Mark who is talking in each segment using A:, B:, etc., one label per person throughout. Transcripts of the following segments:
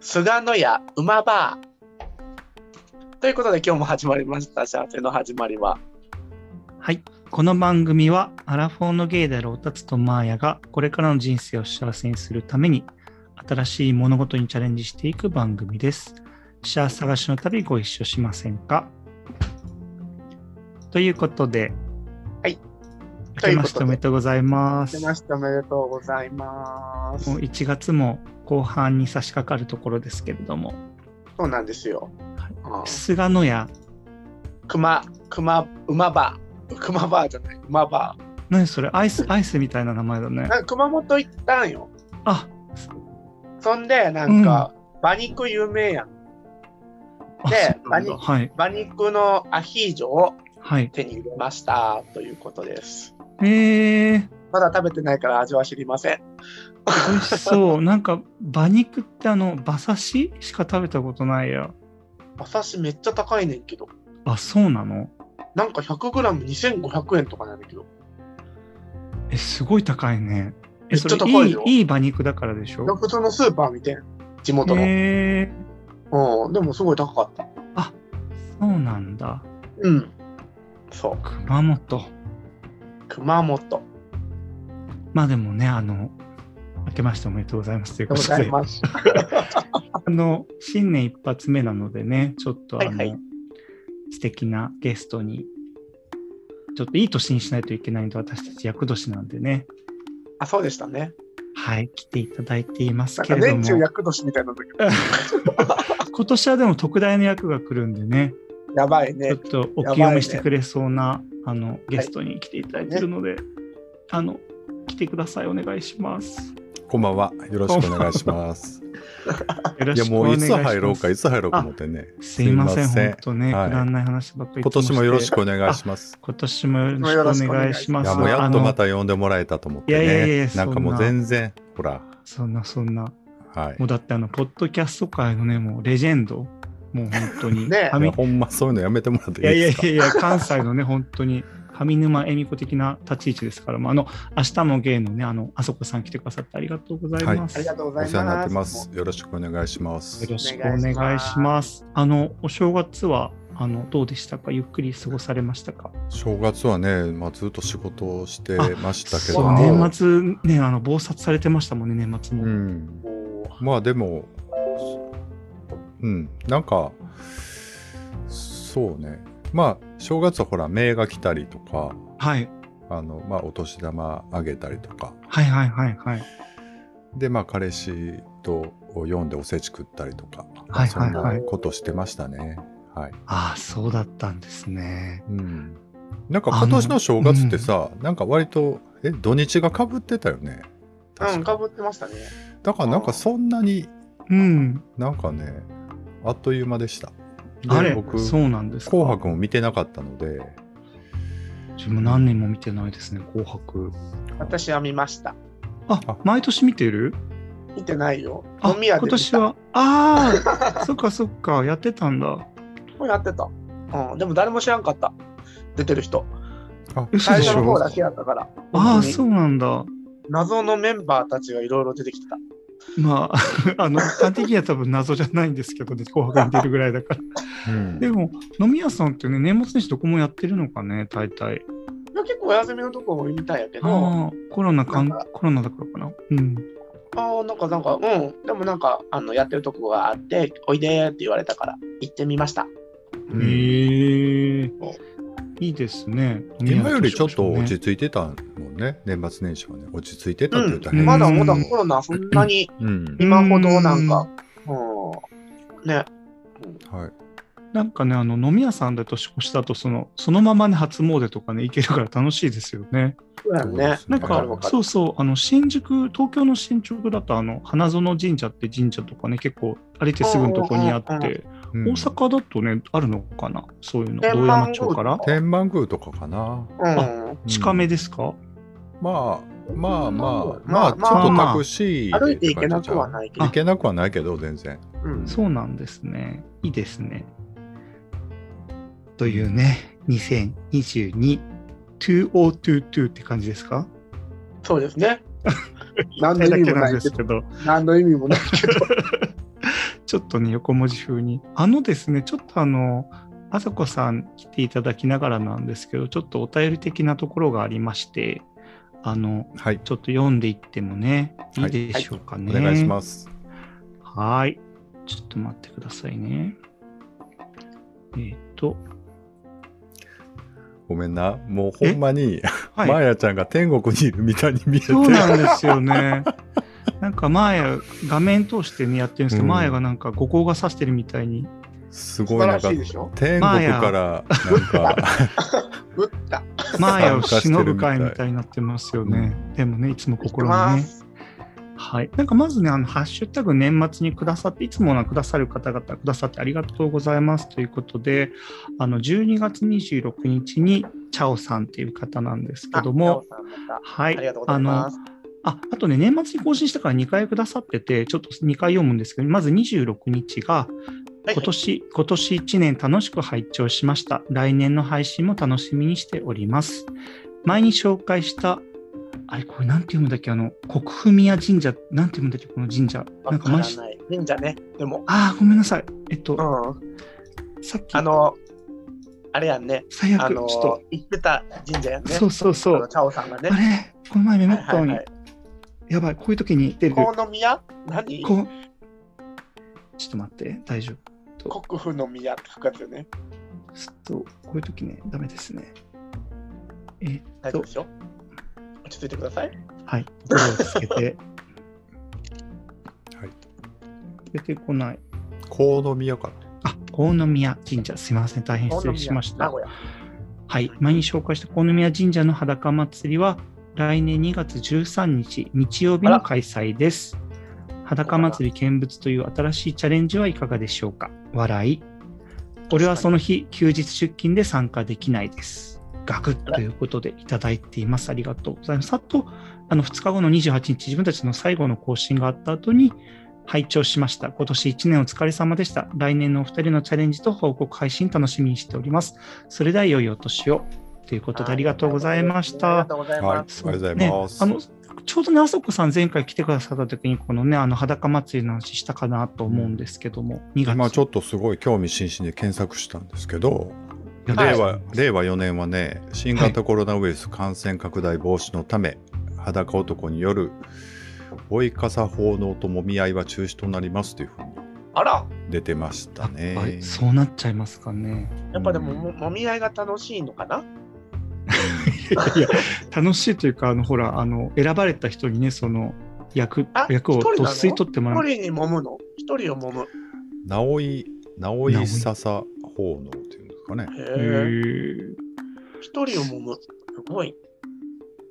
A: 菅野屋馬バー。ということで今日も始まりました。幸せの始まりは。
B: はい。この番組は、アラフォーのゲイであるオタツとマーヤが、これからの人生を幸せにするために、新しい物事にチャレンジしていく番組です。幸せ探しの旅ご一緒しませんかということで、
A: はい。
B: 明けましておめでとうございま
A: 出
B: す。
A: ましたおめでとうございます。
B: もう1月も後半に差し掛かるところですけれども、
A: そうなんですよ。うん
B: 菅野屋、
A: 熊、熊、馬バー。熊バーじゃない、馬バ
B: 何それアイス、アイスみたいな名前だね
A: ー。。なんか熊本行ったんよ。
B: あ、
A: そんで、なんか、馬肉有名やん。
B: あ
A: で
B: そうなんだ
A: 何
B: はい。
A: 馬肉のアヒージョを
B: はい。
A: 手に入れましたということです。
B: えー、
A: まだ食べてないから味は知りません。
B: 美味しそう。なんか、馬肉ってあの、馬刺ししか食べたことないや。
A: 馬刺しめっちゃ高いねんけど。
B: あ、そうなの
A: なんか 100g2500 円とかなんだけど。
B: え、すごい高いね。
A: め
B: え、
A: っちゃ
B: それ
A: 高いよ
B: いいいい馬肉だからでしょ
A: 普通のスーパーみたいな。地元の。
B: へえ
A: うん。でもすごい高かった。
B: そうなんだ。
A: うん。そう。
B: 熊本。
A: 熊本。
B: まあでもね、あの、明けましておめでとうございますとい
A: で
B: うこ
A: ご
B: と
A: ざい
B: で、あ
A: ます。
B: の、新年一発目なのでね、ちょっとあの、
A: はいはい
B: 素敵なゲストに、ちょっといい年にしないといけないんで、私たち厄年なんでね、
A: あ、そうでしたね。
B: はい、来ていただいています
A: なん
B: け
A: か
B: れども。
A: 年中厄年みたいなんだけど。
B: 今年はでも特大の役が来るんでね、
A: やばい
B: ちょ
A: ね
B: っ。とお
A: や
B: 清
A: ばいね
B: めしてくれそうな、あのゲストに来ていただいてるので、あの来てくださいお願いします。
C: こんばんは。よろしくお願いします。
B: よろ
C: いや、
B: しく
C: も
B: お願
C: う
B: い
C: い
B: し
C: つ
B: ます。
C: 入ろうか、いつ入ろうか思ってね。
B: すいません、
C: すいません
B: 本当ね、
C: はい
B: くだんない話ばっかり言
C: 今
B: ってま
C: 年もよろしくお願いします。
B: 今年もよろしくお願いし
C: い
B: ます。
C: や、もうやっとま
B: あの
C: た呼んでもらえたと思ってね。
B: いやいやいやいや
C: なんか
B: そ
C: も
B: な
C: うん全然、ほら、
B: そんなそんな、
C: はい
B: もう。だってあの、ポッドキャスト界のね、もうレジェンド、もう本当に。
A: ね
B: 上
C: いやほんまそういうのやめてもらって
B: いや
C: い
B: い
C: い
B: やい
C: ですか
B: やいや、関西のね、本当に上沼恵美子的な立ち位置ですから、まあ、あの明日も芸のね、あのあそこさん来てくださってありがとうございます。
A: ありがとうござい
C: お
A: ます。
C: 世話になってます。よろしくお願いします
B: よ。ろしくお願いします。あのお正月はあのどうでしたかゆっくり過ごされましたか
C: 正月はね、まあ、ずっと仕事をしてましたけ
B: そ
C: ど
B: う
A: ね
C: も、
B: 年末ね、あの暴殺されてましたもんね、年末も。
C: うん、
A: も
C: まあでも、うん、なんか、そうね。まあ、正月はほら、名が来たりとか、
B: はい、
C: あの、まあ、お年玉あげたりとか。
B: はいはいはいはい。
C: で、まあ、彼氏とを読んでおせち食ったりとか。
B: はい
C: そん
B: はいはい
C: なことしてましたね。はい。
B: ああ、そうだったんですね。
C: うん。なんか今年の正月ってさ、なんか割と、え、土日がかぶってたよね。
A: ううん、
C: 確
A: か
C: か
A: ぶってましたね。
C: だからなんかそんなに
B: うん、
C: なんかね、あっという間でした。で
B: あれ
C: 僕、、
B: そうなんですか。
C: 紅白も見てなかったので、
B: 自分何年も見てないですね、紅白。
A: 私は見ました。
B: あ毎年見てる
A: 見てないよ。
B: あ
A: 飲み屋で
B: 今
A: 見た。
B: 年は、ああ、そっかそっか、やってたんだ。
A: これやってた。うん、でも誰も知らんかった。出てる人。
B: 嘘
A: 最
B: でし
A: 初の
B: ょ
A: 方だけやったから。
B: あ
A: 本
B: あ、
A: 当に
B: そうなんだ。
A: 謎のメンバーたちがいろいろ出てきてた。
B: まあ、 あの、一般的には多分謎じゃないんですけどね、紅白に出るぐらいだから。
C: うん
B: でも、飲み屋さんってね、年末年始どこもやってるのかね、大体。
A: いや結構お休みのとこ多いみたいやけど、あ
B: ああ、コロナかん
A: なんか
B: コロナだからかな。うん。
A: あー、なんかなんか、うん、でもなんか、あの、やってるとこがあって、おいでーって言われたから、行ってみました。
C: うん
B: へえ。いいですね。
C: 今よりちょっと落
B: ち
C: ち着いてたもんね、年末年始はね、落ち着いてたって言ったら
B: うん
A: まだまだ
B: うん
A: コロナそんなに
C: うん、
A: 今ほどなんか、うん、ね、
C: はい。
B: なんかね、あの飲み屋さんで年越しだとその、そのままね、初詣とかね、行けるから楽しいですよね。
A: そうやんね。
B: なん
A: わかるわ
B: か、
A: かる
B: そうそう、あの新宿、東京の新宿だと、あの花園神社って神社とかね、結構歩いてすぐのとこにあっ
A: うんうんうん
B: て、大阪だとね、あるのかな、そういうの、
A: 天
B: 堂
A: 満
B: 山
A: 宮
B: 町から。
C: 天満宮とかかな。
A: うん。
B: 近めですか、
C: まあま
A: ま
C: あまあ、ま
A: あ
C: あ、
A: ま
C: ち
A: あ
C: ょっとタクシー
A: 歩いていけなくはないけど
C: 行けなくはないけど、全然。
A: うん。
B: そうなんですね。いいですね。というね、2022、2022って感じですか
A: そうですね。何
B: そ
A: の
B: れ
A: 意味
B: だけ
A: も
B: な
A: なんい
B: で
A: け
B: す
A: ど、
B: けど。
A: 何の意味もないけど。
B: ちょっとね、横文字風に。あのですね、ちょっとあの、あさこさん来ていただきながらなんですけど、ちょっとお便り的なところがありまして、あの、
C: はい。
B: ちょっと読んでいってもね、いいでしょうか
C: お
B: ね。
C: 願いします。
B: はーい。ちょっと待ってくださいね。えーっ、と、
C: ごめんな。もうほんまに、
B: はい。
C: マーヤちゃんが天国にいるみたいに見えて。
B: そうなんですよ ね。なんか前画面通してねやってるんですけど、
C: うん
B: 前がなんか五光が指してるみたいに
C: す
A: 素
C: ごい
A: 晴
C: な
A: ら
C: んか
A: しい、でしょ
C: 天国からなん か、
A: 打った。
B: マーヤを
C: 参加してるみたい
B: 忍ぶ会みたいになってますよね。でもね、いつも
A: 行き
B: 心に
A: ま
B: ね。
A: す。
B: はい。なんかまずね、あの、ハッシュタグ年末にくださって、いつものくださる方々くださってありがとうございますということで、あの、12月26日に、チャオさんっていう方なんですけ
A: あ、
B: ど
A: も
B: も、。
A: ま
B: は
A: たあり
B: い
A: がとう。ござ
B: あ
A: い
B: の
A: ま、す。
B: ああとね、年末に更新したから2回くださってて、ちょっと2回読むんですけど、まず26日が、
A: はい
B: 今年、今年1年楽しく拝聴しました。来年の配信も楽しみにしております。前に紹介した、あれ、これなんて読むんだっけ、あの、国府宮神社、なんて読むんだっけ、この神社。な
A: わ
B: んか
A: か
B: 前
A: らない。忍者ね。でも、
B: ああ、ごめんなさい。えっと、
A: うん。
B: さっき、
A: あの、あれやんね。
B: 最
A: あ
B: 悪、ち
A: の
B: ょ、
A: 行ってた神社やん
B: っと、
A: ね。
B: そうそうそ
A: あの
B: う。
A: チャオさんがね
B: あ。れ、この前メモったのに、
A: はいはい
B: やばい、こういう時に出る。
A: 河の宮何
B: こうちょっと待って、大丈夫。
A: 国府の宮って書くやつよね。
B: ちょっと、こういう時ね、ダメですね。え
A: 大丈夫でしょ落ち着いてください。
B: はい。これをつけて。
C: はい。
B: 出てこない。
C: 河野宮かな。
B: あ、河宮神社。すいません。大変失礼しまし
A: 名
B: た。
A: 古屋。
B: はい。前に紹介した河宮神社の裸祭りは、来年2月13日、日曜日の開催です。裸祭り見物という新しいチャレンジはいかがでしょうか笑い。俺はその日、休日出勤で参加できないです。ガクッということでいただいています。ありがとうございます。あと、あの2日後の28日、自分たちの最後の更新があった後に、拝聴しました。今年1年お疲れ様でした。来年のお二人のチャレンジと報告配信楽しみにしております。それでは良いお年を。ということでありがとうございまし
A: あり
B: た
A: が。とうござい
C: はい。あ
A: ま
C: り
A: す。
C: がとうございます。
B: あのちょうどね、あそこさん前回来てくださった時に、このね、あの裸祭りの話したかなと思うんですけども、2月
C: 今ちょっとすごい興味津々で検索したんですけど、
B: やって
C: 令
B: ます
C: 和令和4年はね新型コロナウイルス感染拡大防止のため、裸男による追い傘奉納ともみ合いは中止となりますというふうに
A: あら、
C: 出てましたね
B: やっぱりそうなっちゃいますかね。
A: やっぱでも、ももみ合いが楽しいのかな。
B: いや、楽しいというか、あの、ほら、あの、選ばれた人にね、その、役
A: あ、
B: 役を
A: 一人な
B: と
A: の
B: っすい取ってもら
A: 一人
B: う。
A: に揉むの。一人を揉む。
C: 直井直井笹奉納っていうんですかね
A: へ
B: へ
A: え。
B: ー
A: 一人を揉む。すごい。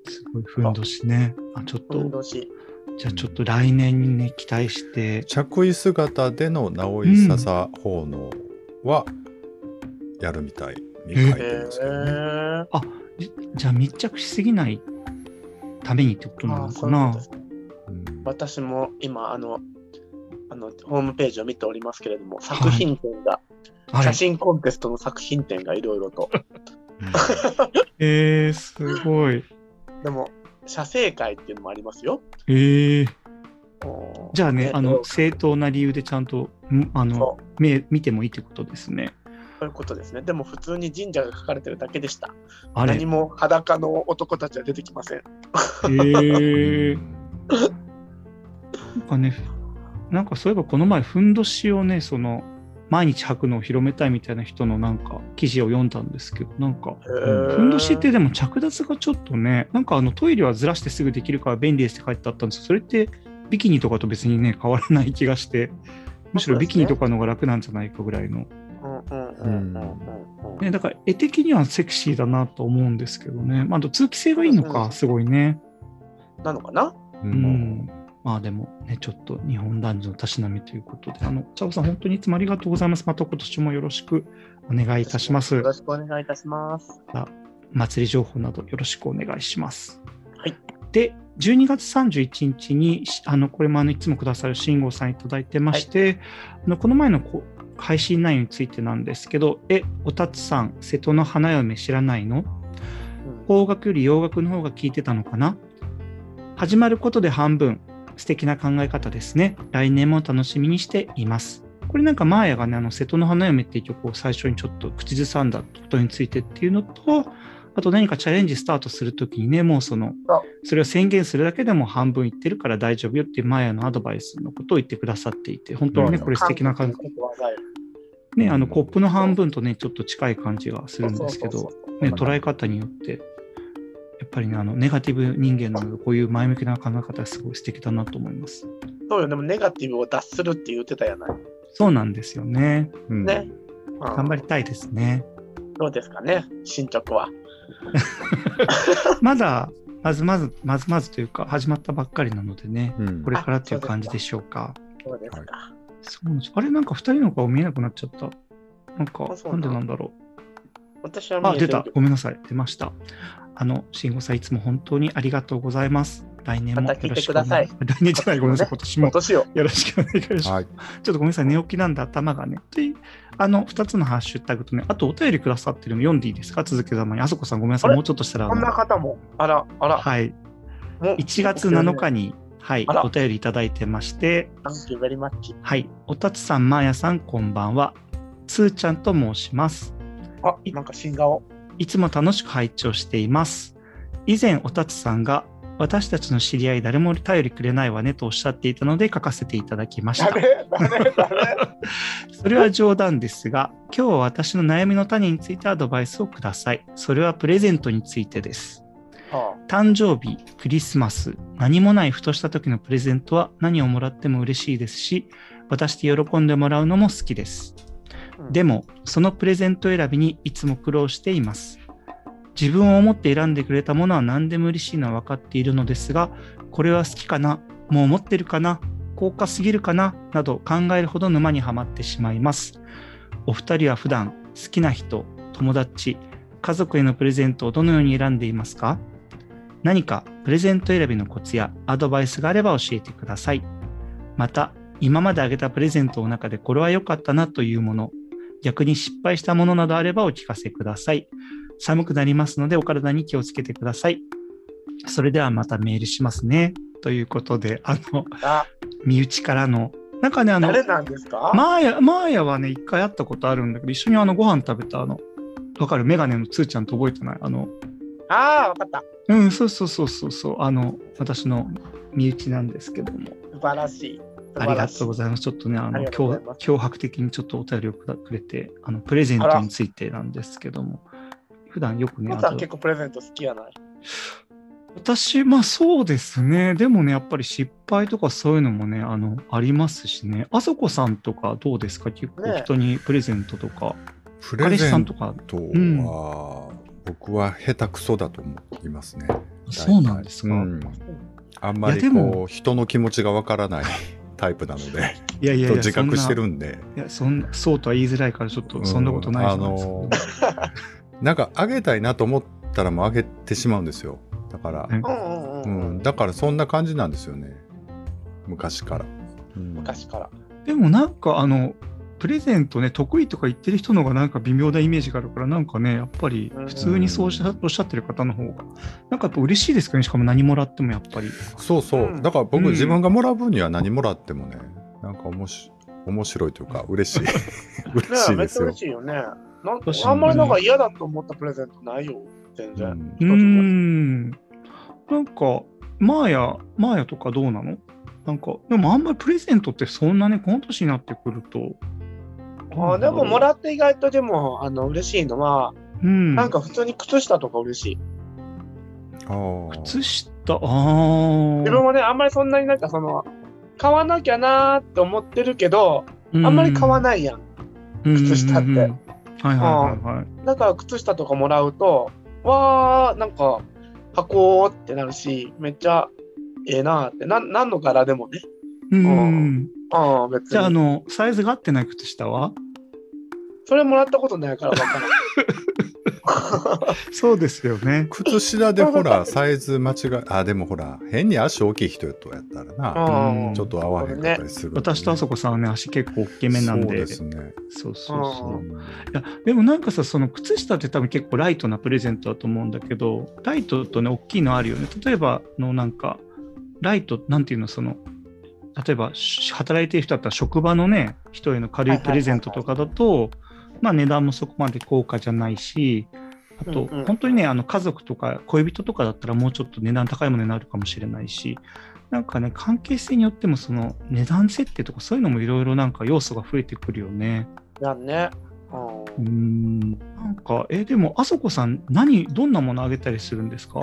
B: すごい、ふんどしね。あ、ちょっ
A: 運動
B: と、
A: し。
B: じゃあちょっと来年にね、期待して。
C: 着衣姿での直井笹奉納はやるみたいに書い
A: へ
C: てますけどね、
A: え。
B: じじゃあ密着しすぎないためにってことな
A: あ
B: の
A: あ、
B: か
A: そういう
B: な
A: ことですね。
C: うん
A: 私も今、あの、あのホームページを見ておりますけれども、作品展が、
B: は
A: 写
B: い。
A: 真コンテストの作品展がいろいろと。
B: えー、すごい。
A: でも、写生会っていうのもありますよ。
B: えー、
A: おー
B: じゃあね、
A: ど
B: あの
A: う、
B: 正当な理由でちゃんと、んあの
A: そ、
B: 目見てもいいってことですね。
A: そういうことですね。でも、普通に神社が書かれてるだけでした。
B: あれ
A: 何。も裸の男たちは出てきません。
B: えー。 なんかね、なんかそういえばこの前、ふんどしをね、その、毎日履くのを広めたいみたいな人のなんか記事を読んだんですけど、なんか、ふんどしってでも着脱がちょっとね、なんかあのトイレはずらしてすぐできるから便利ですって書いてあったんですけど、それってビキニとかと別にね、変わらない気がして、むしろビキニとかの方が楽なんじゃないかぐらいの。
A: うんうんうんうんうん
B: ね、だから絵的にはセクシーだなと思うんですけどね、まあ、あと通気性がいいの
A: う
B: か、
A: ん
B: すごいね。
A: なのかな
C: う
B: うんん、まあでもね、ちょっと日本男女のたしなみということで、あの、チャオさん、本当にいつもありがとうございます。また今年もよろしくお願いいたします
A: よ。ろしくお願いいたします。
B: 祭り情報などよろしくお願いします。
A: はい。
B: で、12月31日に、しあの、これもあの、いつもくださる慎吾さんいただいてまして、あのこの前のこ配信内容についてなんですけど、え、おたつさん、瀬戸の花嫁知らないの
A: うん
B: 邦楽より洋楽の方が効いてたのかな始まることで半分素敵な考え方ですね。来年も楽しみにしています。これなんかマーヤがね、あの、瀬戸の花嫁っていう曲を最初にちょっと口ずさんだことについてっていうのと、あと何かチャレンジスタートするときにね、もうその
A: あ、
B: それを宣言するだけでも半分言ってるから大丈夫よっていうマーヤのアドバイスのことを言ってくださっていて、本当にね、
C: うん
B: これ素敵な感じ。
A: 韓国の技よ
B: ね、あの、コップの半分とね、ちょっと近い感じがするんですけ
A: そう
B: ど
A: そう、そう
B: ね、捉え方によって、やっぱりね、あのネガティブ人間なので、こういう前向きな考え方、すごい素敵だなと思います。
A: そうよ、でもネガティブを脱するって言ってたやない。
B: そうなんですよね。
C: うん
A: ね。頑
B: 頑張りたいですね。
A: どうですかね、進捗は。
B: まだ、まずまず、まずまずというか、始まったばっかりなのでね、
C: うん
B: これからという感じでしょうか。
A: どうですか。
B: そうなんですあれ、なんか2人の顔見えなくなっちゃった。なんか
A: あ、そう
B: な
A: なんん
B: でなんだろ
A: 私は
B: う。あ、
A: 見えて
B: 出
A: る
B: た
A: け。ど
B: ごめんなさい。出ました。あの、慎吾さん、いつも本当にありがとうございます。来年も
A: ま
B: よ
A: た
B: ろ
A: 聞い
B: してく
A: く
B: お願
A: だ
B: い
A: さい
B: 来年じゃない、ごめんなさい、今年も
A: 今。年を。
B: よろしくお願いします。
C: はい。
B: ちょっとごめんなさい、寝起きなんで頭がね。という、あの、2つのハッシュタグとね、あとお便りくださってるの読んでいいですか続けざまに。あそこさん、ごめんなさ
A: あ
B: い、
A: れ
B: もうちょっとしたら、
A: こんな
B: あ
A: 方も、あら、あ
B: の
A: ら、
B: はい、
A: もう
B: 1月7日
A: に。
B: に、はい
A: あ、ら
B: お便りいただいてまして、
A: Thank you very much.
B: はい、おたつさん、まーやさん、こんばんは。つーちゃんと申します。
A: あ、なんか新顔。
B: いつも楽しく拝聴しています。以前、おたつさんが、私たちの知り合い誰も頼りくれないわねとおっしゃっていたので書かせていただきました。
A: れ誰 誰
B: それは冗談ですが、今日は私の悩みの種についてアドバイスをください。それはプレゼントについてです。
A: あ
B: 誕生日、クリスマス、何もないふとした時のプレゼントは何をもらっても嬉しいですし、私で喜んでもらうのも好きです。
A: うん
B: でも、そのプレゼント選びにいつも苦労しています。自分を思って選んでくれたものは何でも嬉しいのは分かっているのですが、これは好きかなもう持ってるかな高価すぎるかななど考えるほど沼にはまってしまいます。お二人は普段好きな人、友達、家族へのプレゼントをどのように選んでいますか何かプレゼント選びのコツやアドバイスがあれば教えてください。また、今まであげたプレゼントの中でこれは良かったなというもの、逆に失敗したものなどあればお聞かせください。寒くなりますのでお体に気をつけてください。それではまたメールしますね。ということで、あの、
A: あ
B: 身内からの、なんかね、あの、
A: 誰なんですか、
B: マーヤ、マーヤはね、一回会ったことあるんだけど、一緒にあの、ご飯食べた、あの、わかるメガネのつーちゃんと覚えてないあの、
A: ああ、わかった。
B: うん、そうそうそうそうそう、あの、私の身内なんですけども、
A: 素晴らしい。素
B: あ
A: 晴
B: り
A: ら
B: が
A: し
B: とうございます。ちょっとね、あ
A: あ
B: の、
A: りがとうござい
B: 脅
A: ます
B: 脅迫的にちょっとお便りをくだくれて、あの、プレゼントについてなんですけども、普段よくね、
A: お父
B: あ
A: さ
B: の
A: ん結構プレゼント好きやない。
B: 私、まあそうですね、でもね、やっぱり失敗とかそういうのもね、あの、ありますしね、あそこさんとかどうですか結構
A: ね
B: 人にプレゼントとか、
C: プレ
B: 彼氏
C: ゼ
B: さん
C: ン
B: とか、
C: トは、僕は下手くそだと思いますね。
B: そうなんですか。
C: 大体うんあんま
B: いや
C: り
B: で
C: こ
B: も
C: う人の気持ちがわからないタイプなので、
B: いやいやい
C: と
B: や、
C: 自覚して
B: そんな
C: るんで。
B: いや、そんな、そうとは言いづらいから、ちょっと、そんなことないじゃないですか。
C: うんあのーなんかあげたいなと思ったらもうあげてしまうんですよ。だから、
B: ね
A: うんうんう。
C: うん
A: うん
C: ん、だからそんな感じなんですよね。昔から。うん
A: 昔から。
B: でもなんかあのプレゼントね得意とか言ってる人の方がなんか微妙なイメージがあるからなんかねやっぱり
A: うん
B: 普通にそうおっしゃおっしゃってる方の方がなんかやっぱ嬉しいですかねしかも何もらってもやっぱり
C: そうそう、
A: うん
C: だから僕、
B: うん
C: 自分がもらう分には何もらってもね、なんかおもし面白いというか、嬉 しい。嬉し
A: ねめ
C: いで
A: っち
C: す
A: ゃ
C: よ
A: 嬉。しいよね。なん
B: 確かに
A: あんまりなんか嫌だと思ったプレゼントないよ、全
C: う
A: 然。
C: ん
B: うーんなんかマーヤマーヤとかどうなのなんかでもあんまりプレゼントってそんなねこの年になってくると
A: あーでももら
B: っ
A: って意外とでもあの嬉しいのは、
B: うん
A: なんか普通に靴下とか嬉しい。
C: ああ
B: 靴下ああ
A: 自分もね、あんまりそんなになんかその、買わなきゃなーって思ってるけど、あんまり買わ
B: い
A: ないやん。靴下って
B: はいはいはいはい
A: だから靴下とかもらうと、わー、なんか、箱ってなるし、めっちゃええなーって、なん何の柄でもね。
B: うん
A: ああ、別に。
B: じゃあ、あの、サイズが合ってない靴下は
A: それもらったことないから分からん。
B: そうですよね。
C: 靴下でほら、サイズ間違え、あ、でもほら、変に足大きい人とやったらな、
A: うん
C: ちょっと合わへんかったりする、
B: 私とあそこさんはね、足結構大きめなんで。
C: そうですね。
B: そうそうそうう。
C: ん
B: いや、でもなんかさ、その靴下って多分結構ライトなプレゼントだと思うんだけど、ライトとね、大きいのあるよね。例えば、あの、なんか、ライト、なんていうの、その、例えば、し働いてる人だったら職場のね、人への軽いプレゼントとかだと、まあ値段もそこまで高価じゃないし、あと、
A: うんうん
B: 本当にね、あの家族とか恋人とかだったらもうちょっと値段高いものになるかもしれないし、なんかね、関係性によってもその値段設定とかそういうのもいろいろなんか要素が増えてくるよね。
A: やんね。
B: う
A: う
B: ー
A: ん
B: ん。なんか、え、でも、あそこさん、何、どんなものあげたりするんですか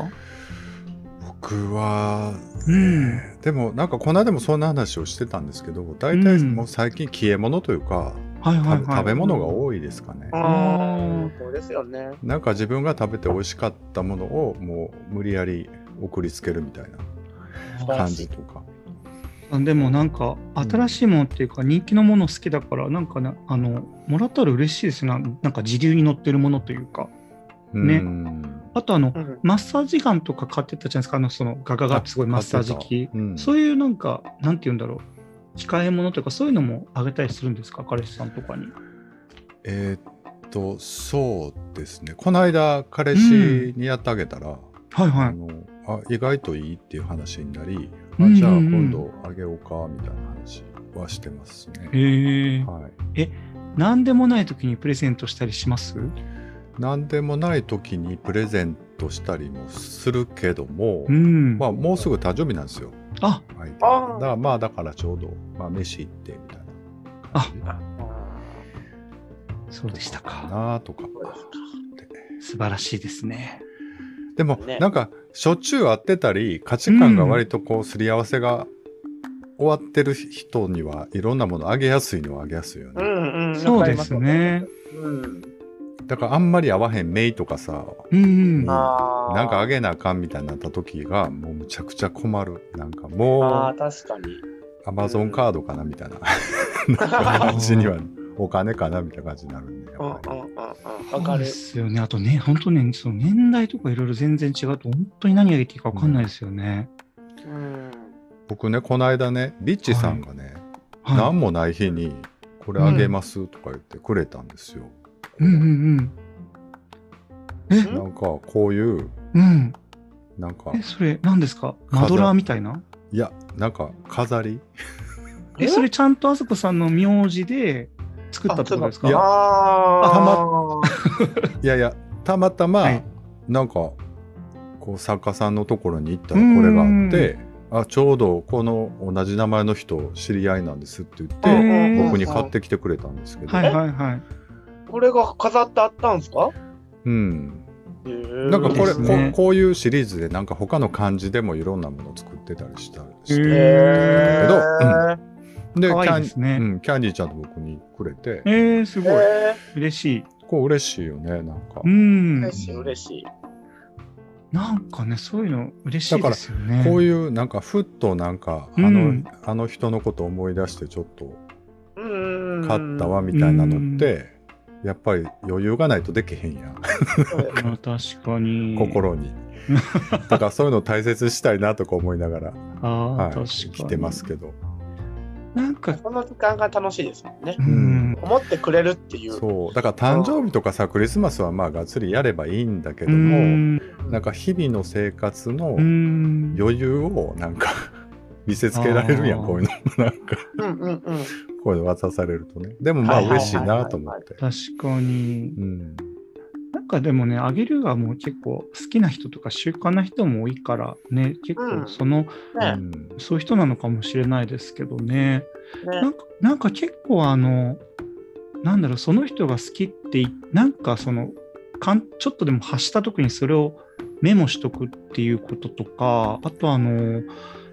C: 僕は、
B: うん
C: えーでもなんかこの間もそんな話をしてたんですけど大体
B: うん
C: もう最近消え物というか、
B: はいはいはい。
C: 食べ食べ物が多いですかね、
A: あ
B: う
A: ー
B: ん
A: そうですよね。
C: なんか自分が食べて美味しかったものをもう無理やり送りつけるみたいな
A: 素晴ら
C: 感
A: し
C: じ
A: い。
C: とか
B: でもなんか新しいものっていうか人気のもの好きだからなんかねあのもらったら嬉しいですよななんか時流に乗ってるものというかね
C: うん
B: あとあの
A: うん
B: マッサージガンとか買ってたじゃないですかあのそのガガガってすごいマッサージ機、
C: うん
B: そういうなんかなんて言うんだろう控え物というかそういうのもあげたりするんですか彼氏さんとかに
C: えーっとそうですねこの間彼氏にやってあげたら、
B: はいは
C: あ
B: い
C: のあ意外といいっていう話になり、
B: うんうんう
C: あ
B: ん
C: じゃあ今度あげようかみたいな話はしてますね。
B: へえ
C: はい、
B: 何でもない時にプレゼントしたりします
C: 何でもない時にプレゼントしたりもするけども、
B: うん、
C: まあ、もうすぐ誕生日なんですよ。
B: あ
C: はい、だ
A: あー
C: からまあだからちょうど、まあ、飯行ってみたいな感じ
A: あ
B: そうでした
C: か
B: か
C: なとか。
A: そうですか
B: 素晴らしいですね
C: でも、
A: ね
C: なんかしょっちゅう会ってたり価値観が割とこうすり合わせが終わってる人にはいろんなものあげやすいのはあげやすいよね。
A: うんうん。
B: そうですね
A: うん。
C: だからあんまり合わへんメイとかさ、
B: うんうん
A: あー
C: なんかあげなあかんみたいになった時がもうむちゃくちゃ困るなんか
A: あ
C: も
A: ー確かに。
C: うアマゾンカードかなみたい ななん か感じにはお金かなみたいな感じになるんでや
A: うんうんう
C: っぱり
A: んうん。わか
B: そう
A: る
B: で。すよね。あとね、本当ね、その年代とかいろいろ全然違うと、本当に何がいいか分かんないですよね。
A: うん。
C: 僕ねこの間ねリッチさんがね、
B: は
C: 何もない日にこれあげますとか言ってくれたんですよ、
B: い。うんうん
A: うん
C: なんかこういう
B: うん。うん。
C: なんか
B: え、それ何ですか
C: 飾
B: マドラーみたいない
C: やなんか飾り
B: え、それちゃんとあさこさんの名字で作ったってことですか
C: いや
A: ああ。
C: た
A: ま。
C: いやいやたまたま、
B: はい
C: なんかこう作家さんのところに行ったらこれがあってあちょうどこの同じ名前の人知り合いなんですって言
B: へ
C: って
B: ー
C: 僕に買ってきてくれたんですけど、
B: はいはいはい。
A: これが飾ってあったんですか？
C: うん、
A: な
C: なんかこ
B: で
C: れ
B: す
C: こ,、
B: ね
C: こういうシリーズでなんか他の漢字でもいろんなものを作ってたりしたして、
B: へ
A: え
C: けど
A: ー
C: で
B: かわい
C: キャ
B: い
C: ン
B: ですね
C: うん、キャンディーちゃんと僕にくれて
B: えー、すごい。
A: え
B: 嬉しい。
C: こう嬉しいよねなんか
B: う
A: ー
B: ん。
A: 嬉しい嬉しい。
B: なんかね、そういうの嬉しいですよね。
C: こう
B: う
C: いうなんかふっとなんかあ
B: う
C: の,、
B: ん
C: あの人のことを思い出してちょっと
A: うん。
C: 買ったわ。みたいなのってやっぱり余裕がないとできへんやん
B: ん確かに。
C: 心に。だからそういうのを大切にしたいなとか思いながら、
B: あ あ、
C: はい、
B: 確かに。
C: 生きてますけど
B: なんか、
A: この時間が楽しいですもんね
B: う。ん。
A: 思ってくれるっていう。
C: そうだから誕生日とかさクリスマスはまあがっつりやればいいんだけど
B: う
C: も
B: ん
C: なんか日々の生活の
B: うん。
C: 余裕をなんか 見せつけられるや
B: あ
C: ん
B: ー
C: こういうの なんか
A: うんうんうん。
C: こういうの渡されるとねでもまあ
A: はいはいは
C: 嬉
A: い
C: しい
A: はい
C: なと思って。
B: 確かに。
C: うん
B: なんかでもね、あげるがもう結構好きな人とか習慣な人も多いからね、結
A: うん
B: 構その、
C: う
A: ね
C: ん
B: そういう人なのかもしれないですけどね。な
A: ね
B: んかなんか結構あの、なんだろう、その人が好きってい、なんかその、かんちょっとでも発した時にそれをメモしとくっていうこととか、あとあの、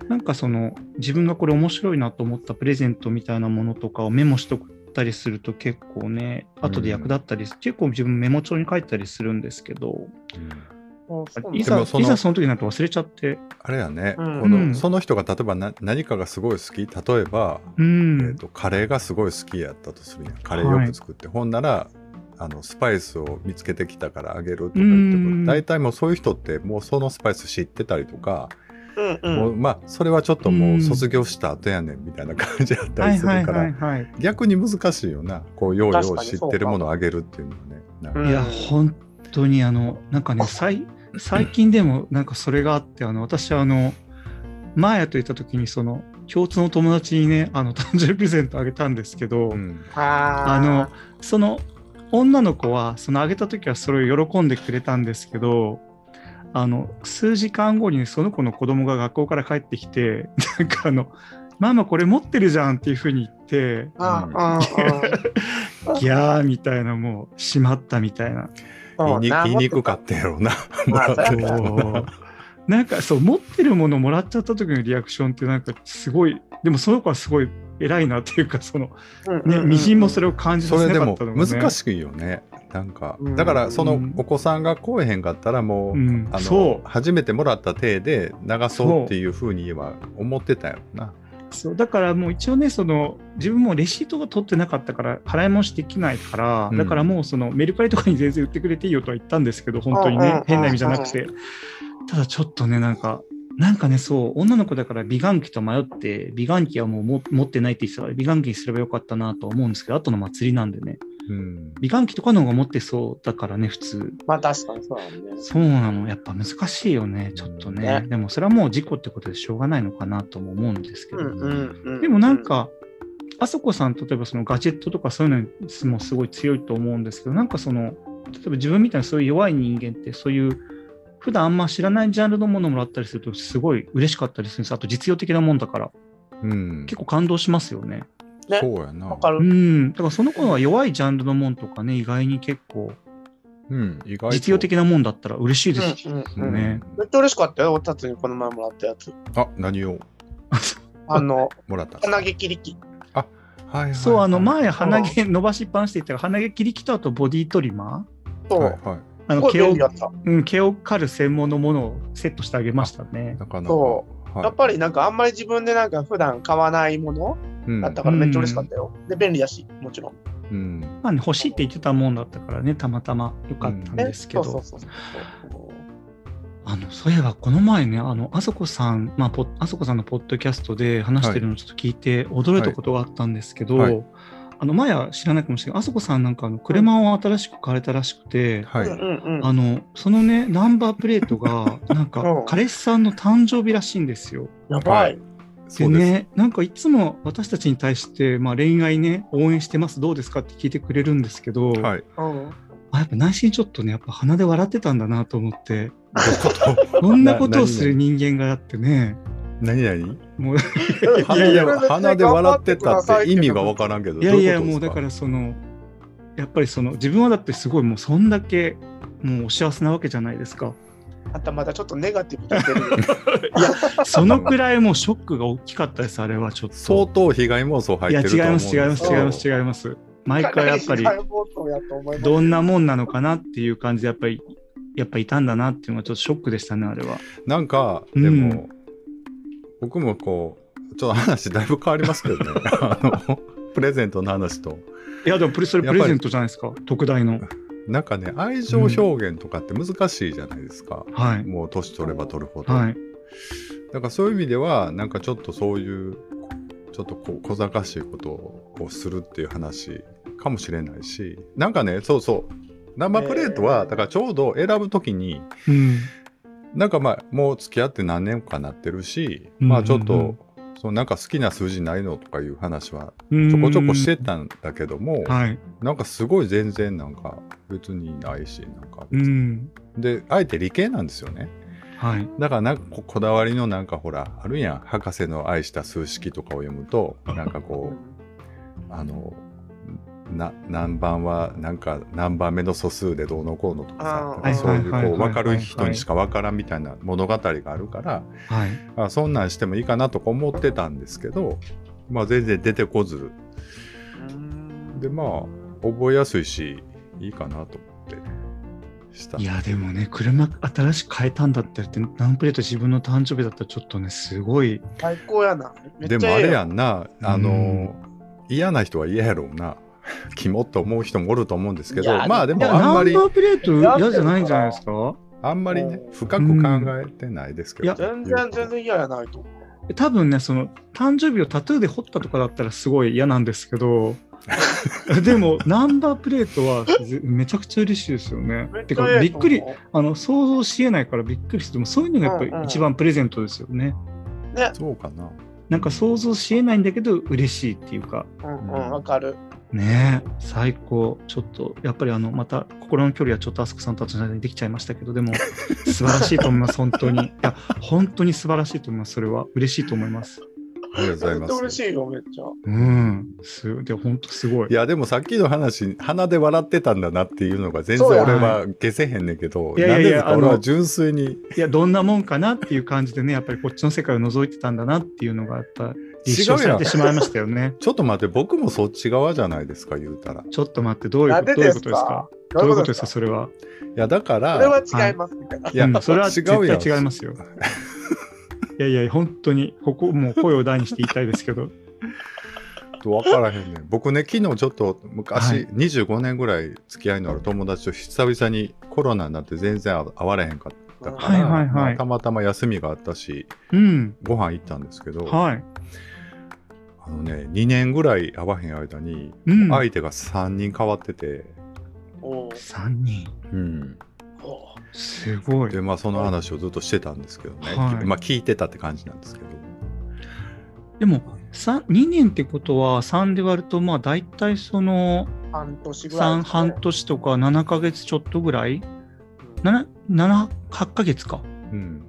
B: なんかその自分がこれ面白いなと思ったプレゼントみたいなものとかをメモしとくったりすると結構ね後で役立ったり、結構自分メモ帳に書いたりするんですけど
A: そうそうなんだ
B: い
C: で
B: ざ
C: もそ
B: い
C: の
B: ざその時になると忘れちゃって
C: あれやね、
A: うん
C: こ
B: うん
C: のその人が例えばな何かがすごい好き例えば、
B: う
C: え
B: ん
C: ー、とカレーがすごい好きやったとするやんカレーよく作って、ほんならあのスパイスを見つけてきたからあげるとか言って
B: う
C: も
B: ん
C: 大体もうそういう人ってもうそのスパイス知ってたりとか、
A: うんう
C: も
A: ん
C: うまあそれはちょっともうんう卒業した後やねんみたいな感じやった
B: は
C: り
B: い
C: するから、
B: はいはいはい、
C: 逆に難しいよなこう用意
A: 確
C: を
A: かに
C: 知
A: そうか
C: ってるものをあげるっていうのはねなんか
A: うん
B: いや本当にあのなんかね最最近でもなんかそれがあってあの私はあのマーヤといった時にその共通の友達にねあの 誕生日プレゼントあげたんですけど、
C: うん
A: あ
B: あのその女の子はそのあげた時はそれを喜んでくれたんですけどあの数時間後にその子の子供が学校から帰ってきてなんかあの「ママこれ持ってるじゃん」っていう風に言って
A: ああ
B: 「ギャー」みたいなもうしまったみたいな
C: 言いに言いにくか
A: っ
C: ったやろうな。
A: まあ
C: もらってたの
B: こう なんかそう持ってるものもらっちゃった時のリアクションってなんかすごいでもその子はすごい偉いなっていうかそのねみじんもそ
A: れ
B: れを感じさ
C: そ
B: せな
C: れで
B: か
C: も
B: ったのが、ね、
C: 難しいよね。なんか
A: うん
C: だからそのお子さんが来えへんかったらもう、
B: うん
C: あの
B: そう
C: 初めてもらった体で流そうっていうふうに言えば思ってたよな。
B: そうだからもう一応ねその自分もレシートが取ってなかったから払い戻しできないから、
C: うん
B: だからもうそのメルカリとかに全然売ってくれていいよとは言ったんですけど本当に
A: うんうんう
B: ね
A: ん
B: 変な意味じゃなくてただちょっとねなんかなんかねそう女の子だから美顔器と迷って美顔器はもうも持ってないって言ってたから美顔器にすればよかったなとは思うんですけど後の祭りなんでね
C: うん
B: 美顔器とかの方が持ってそうだからね普通
A: まあ確かにそうだね
B: そうなのやっぱ難しいよねちょっとね
A: ね
B: でもそれはもう事故ってことでしょうがないのかなとも思うんですけ
A: う
B: ど、
A: んうんうん
B: でもなんか、あそこさん、例えばそのガジェットとかそういうのもすごい強いと思うんですけど、なんかその、例えば自分みたいなそういう弱い人間って、そういう、普段あんま知らないジャンルのものもらったりすると、すごい嬉しかったりするんです。あと実用的なもんだから、
C: うん
B: 結構感動しますよね。
A: ね
C: そうやな
A: わ。か
B: う
A: る
B: ん。だからその子は弱いジャンルのもんとかね、意外に結構、
C: うん、意外と
B: 実用的なもんだったら嬉しいです
A: うんうん
B: よ
A: うん
B: ね。
A: めっちゃ嬉しかったよおたつにこの前もらったやつ
C: あ何を
A: あの
C: もらったんですか
A: 鼻毛切り器
C: はいはいは い
B: そう、あの、前、鼻毛伸ばしっぱなしって言ったら、鼻毛切り器とあとボディトリマ
A: と、
C: はいはい
B: ーあ
A: す
B: の
A: ごい
B: 毛を
A: 便利だった、
B: うん、毛を刈る専門のものをセットしてあげましたね。
C: なかなか。
A: そ
C: はい
A: やっぱりなんかあんまり自分でなんか普段買わないもの
C: うん
A: だったからめっちゃ嬉しかったよ、で便利だしもちろん
C: うん
B: まあね、欲しいって言ってたもんだったからね、たまたま良かったん
A: ね
B: ですけど、
A: そうそうそうそう
B: あのそういえばこの前ね、あのあそこさん、まあポッ、あそこさんのポッドキャストで話してるのをちょっと聞いて驚いたことがあったんですけど、
C: はいはい
B: あの前は知らないかもしれないあそこさんなんかあの車を新しく買われたらしくて、
C: は
A: うん
C: い。
A: うんう
B: あ
A: ん
B: のそのね、ナンバープレート が、な
A: う
B: んか
A: ん
B: 彼氏さんの誕生日らしいんですよ。
A: やばい
C: そ
B: で
C: うです。
B: ね、なんかいつも私たちに対して、まあ、恋愛ね、応援してます、どうですかって聞いてくれるんですけど、
C: はい。
A: うん
B: あやっぱ内心ちょっとね、やっぱ鼻で笑ってたんだなと思 って、
C: どういうこと
B: こんなことをする人間があってね、
C: 何々
B: もうい
C: 鼻
B: いや
C: で
B: いや
C: 鼻で笑ってたって意味がわからんけど。
B: やいや、
C: ど
B: もう
C: こ
B: だ
C: と
B: か
C: です
B: らその、やっぱりその、自分はだってすごいもうそんだけ、もうお幸せなわけじゃないです か。
A: あんたまだちょっとネガティブ出てる
B: そのくらいもうショックが大きかったです、あれはちょっ
C: 相
B: と。
C: 当被害妄想入
B: い
C: っ
B: や、
C: てると思
B: 違い
C: うん
B: ま、
C: ですす
B: 違
C: よ
B: います、違います、違います。毎回やっぱり。
A: 解放層やと思います
B: どんなもんなのかなっていう感じでやっぱりやっぱいたんだなっていうのがちょっとショックでしたねあれは。
C: なんか、
B: うん
C: でも、僕もこう、ちょっと話だいぶ変わりますけ どね。あの、プレゼントの話と。
B: いやでもプレそれ
C: や
B: プ
C: っぱり
B: レゼントじゃないですか特大の。
C: なんかね、愛情表現とかって難しいじゃないですか。
B: はい
C: もう年取れば取るほど。
B: はい。
C: だからそういう意味では、なんかちょっとそういう、ちょっとこう小賢しいことをするっていう話かもしれないし、なんかね、そうそう、生プレートは、だからちょうど選ぶときに、
B: うん
C: なんかまあ、もう付き合って何年かなってるし、
B: うんうんうん
C: まあちょっと、そのなんか好きな数字ないのとかいう話は
B: うん
C: ちょこちょこしてたんだけども、
B: はい。
C: なんかすごい全然なんか別にないし、なんか、
B: うん
C: で、あえて理系なんですよね。
B: はい。
C: だからなんかここだわりのなんかほらあるやん博士の愛した数式とかを読むとなんかこうあのな何番はなんか何番目の素数でどうのこうのとか
A: あ
C: さ
A: ー
C: なんかそういう
B: はいはい
C: こ
B: はいは
C: う
B: い
C: 分かる人にしか分からんみたいな物語があるから
B: はい。
C: あそんなんしてもいいかなとか思ってたんですけど、まあ、全然出てこず
A: うん
C: でまあ覚えやすいしいいかなと思ってした
B: いやでもね車新しく変えたんだって言ってナンプレート自分の誕生日だったらちょっとねすごい
A: 最高やなめっち
C: でも
A: ゃえ
C: あ
A: え
C: れ
A: や
C: やんな、
B: うん
C: あの、嫌な人は嫌やろうな。 キモっと思う人もおると思うんですけ
A: いや
C: ど、まあで
B: い
C: も
B: や
C: あん
B: ナ
C: ま
B: ン
C: り、
B: バープレート嫌じゃないんじゃないですか
C: あんまりね
A: う、ん
C: 深く考えてないですけど。
B: い
A: 全然全然嫌やないと思う
B: 多分ねその誕生日をタトゥーで彫ったとかだったらすごい嫌なんです けどでもナンバープレートはぜめちゃくちゃ嬉しいですよね
A: め。ってち
B: か
A: ゃええ
B: びっくり
A: と思
B: あの想像しえないからびっくりしてもそういうのがやっぱ
A: うんうん
B: り一番プレゼントですよね。
A: うね
C: そうかな。
B: なんか想像しえないんだけど嬉しいっていうか
A: うんうん、わかる。
B: ねえ最高ちょっとやっぱりあのまた心の距離はちょっとあすこさんと私の間にできちゃいましたけどでも素晴らしいと思います本当にいや本当に素晴らしいと思いますそれは嬉しいと思います
C: ありがとうございま
A: めっちゃ嬉
C: す。
A: しいよ、めっちゃ。
B: うんすで本当すごい
C: いや、でもさっきの話、鼻で笑ってたんだなっていうのが全然
A: そうや
C: 俺は消せへんねんけど、
B: いやいやいや
C: なんでですか
B: あの
C: 俺は純粋に
B: いやどんなもんかなっていう感じでねやっぱりこっちの世界を覗いてたんだなっていうのがやっぱ立証されてしまいましたよね
C: ちょっと待って、僕もそっち側じゃないですか、言うたら。い
B: ちょっと待ってどういう
A: なん
B: こと
A: で
B: どうい
A: で
B: うこ
A: す
B: とですか
A: か
B: どういうことで
A: か
B: すかそれは
C: や、だか
A: それ
C: ら、
A: は違います、みたいな。
C: いや
B: うん、それは絶
C: 違うやん
B: 対違いますよ。いやいや、本当に、ここもう声を大にして言いたいですけど、
C: 分からへんねん。僕ね、昨日ちょっと昔、
B: はい
C: 25年ぐらい付き合いのある友達と久々にコロナになって全然会われへんかったから、
B: はいはいはい
C: まあたまたま休みがあったし、
B: うん、
C: ご飯行ったんですけど、
B: はい、
C: あのね、2年ぐらい会わへん間に、
B: うん、
C: 相手が3人変わってて、
A: おう
B: 3人、
C: うん
A: おう
B: すごい
C: で、。まあ、その話をずっとしてたんですけどね、
B: はい
C: まあ、聞いてたって感じなんですけど、
B: でも、2年ってことは、3で割ると、まあ、大体その、
A: 半年ぐらい
B: 3、
A: ですね。
B: 半年とか7ヶ月ちょっとぐらい、
A: うん
B: 7、7 8ヶ月か。
C: うん、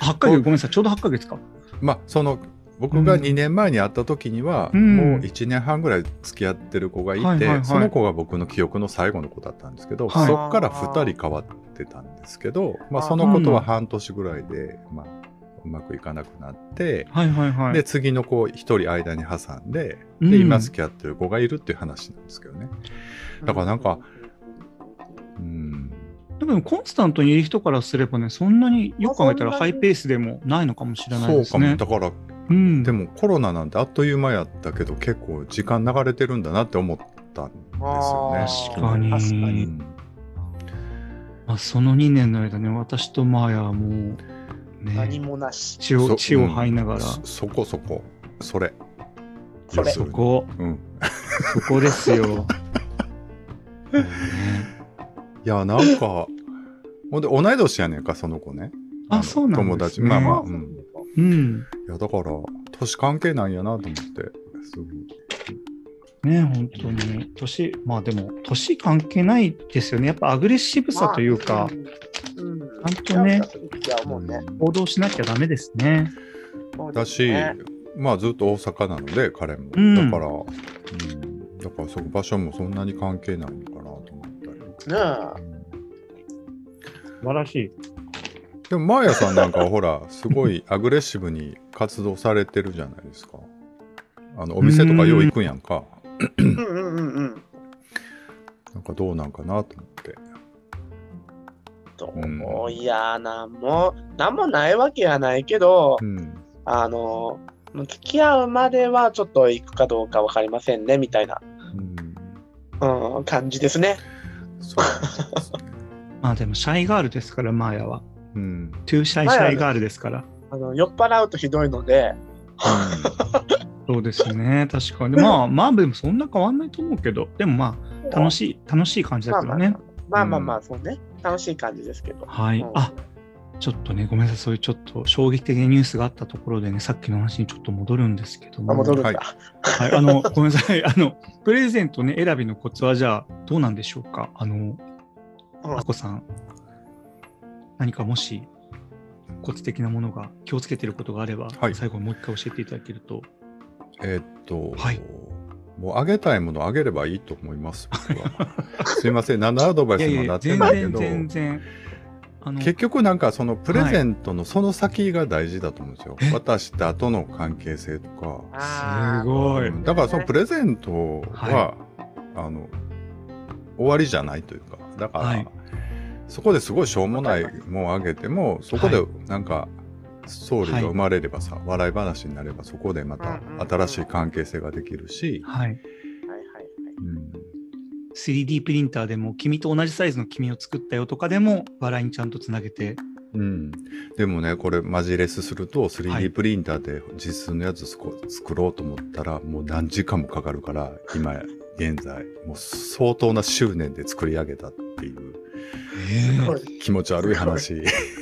B: 8ヶ月、ごめんなさい、ちょうど8ヶ月か。
C: まあその僕が2年前に会った時には、
B: うん
C: もう1年半ぐらい付き合ってる子がいて、
B: はいはいはい
C: その子が僕の記憶の最後の子だったんですけど、
B: はい
C: そこから2人変わってたんですけど、まあ、その子とは半年ぐらいで、まあ、うまくいかなくなって、
B: はいはいはい。
C: で次の子1人間に挟んで
B: うん
C: で今付き合ってる子がいるっていう話なんですけどね。だからなんか、うん
B: でも、コンスタントにいる人からすればね、そんなによく考えたら
A: あそん
B: ハ
A: なに
B: イペースでもないのかもしれない
C: そ
B: で
C: う
B: す
C: かも
B: ね。
C: だから
B: うん、
C: でもコロナなんてあっという間やったけど結構時間流れてるんだなって思ったんですよね
A: あ。
B: 確かに
A: 確か
C: う
A: に。
C: ん
B: まあ、その2年の間ね、私とマーヤはもう、
A: 何
B: ね、
A: もなし。
B: 血を
C: そ
B: 血を吐いながら、
C: うんそそこそこそれ
A: それ。
B: そこ、
C: うん
B: そこですよ。 もうね
C: いやなんかほんで同い年やねんかその子ね
B: あ
C: の
B: そうなんですね
C: 友達まあまあ、
A: あ
C: うん、
B: うん。
C: いやだから年関係なんやなと思ってすごい
B: ね、本当に。年、まあでも、年関係ないですよね。やっぱアグレッシブさというか、
A: うん、
B: ちゃんとね
A: いや、もうね。
B: 行動しなきゃダメですね。
A: そうで
C: だ
A: す
C: し、
A: ね
C: まあずっと大阪なので彼も、
B: うん
C: だから、うん、だからそこ場所もそんなに関係ないのかなと思ったり。
A: ねえ
C: うん
B: 素晴らしい。
C: でもマーヤさんなんかはほらすごいアグレッシブに活動されてるじゃないですかあのお店とかよう行くんやんか
A: うんうんうんうん。
C: なんかどうなんかなと思って
A: ど
C: うん
A: うもいや、なんも、なんもないわけやないけど
C: う、ん
A: あの、付き合うまではちょっと行くかどうかわかりませんね、みたいな、
C: うん
A: うん、感じですね。
C: そうなんですね
B: まあでも、シャイガールですから、マーヤは。
C: うんうん
B: トゥーシャイシャイガールですから。
A: あの酔っ払うとひどいので、
B: そうですね、確かに。まあ、まあ、でもそんな変わんないと思うけど、でもまあ、楽しい、楽しい感じだ
A: まあま
B: けど
A: あ
B: ね。
A: まあまあまあ、そうね。楽しい感じですけど。
B: はい
A: うん
B: あちょっとね、ごめんなさい、そういうちょっと衝撃的なニュースがあったところでね、さっきの話にちょっと戻るんですけども、
A: あ戻るんだ。
C: はい
B: はい、あのごめんなさい、あ のプレゼントね、選びのコツはじゃあ、どうなんでしょうか、あの、
A: うん
B: あこさん、何かもし、コツ的なものが気をつけてることがあれば、
C: はい
B: 最後にもう一回教えていただけると、
C: えーっと、
B: はい
C: もうあげたいものあげればいいと思い ます僕はすいません何のアドバイスもなって
B: 全
C: ないけ
B: 然、
C: ど
B: 全然、あの、
C: 結局なんかそのプレゼントのその先が大事だと思うんですよ、
B: え
C: 渡した後の関係性とか
A: あー
B: すごい
C: うんだからそのプレゼントは、
B: は
C: あの終わりじゃないというかだから、
B: はい
C: そこですごいしょうもないもんあげてもそこでなんか、ストーリーが生まれればさ、笑い話になればそこでまた
A: うんうんうん
C: 新しい関係性ができるし、
B: は
A: はい
B: い、
A: はいはい。
C: うん、
B: 3D プリンターでも、君と同じサイズの君を作ったよとかでも、笑いにちゃんとつなげて、
C: うん、でもねこれマジレスすると
B: はい
C: 3D プリンターで実寸のやつすこ作ろうと思ったらもう何時間もかかるから今現在もう相当な執念で作り上げたっていう
A: す
B: え
A: ごい
C: 気持ち悪い話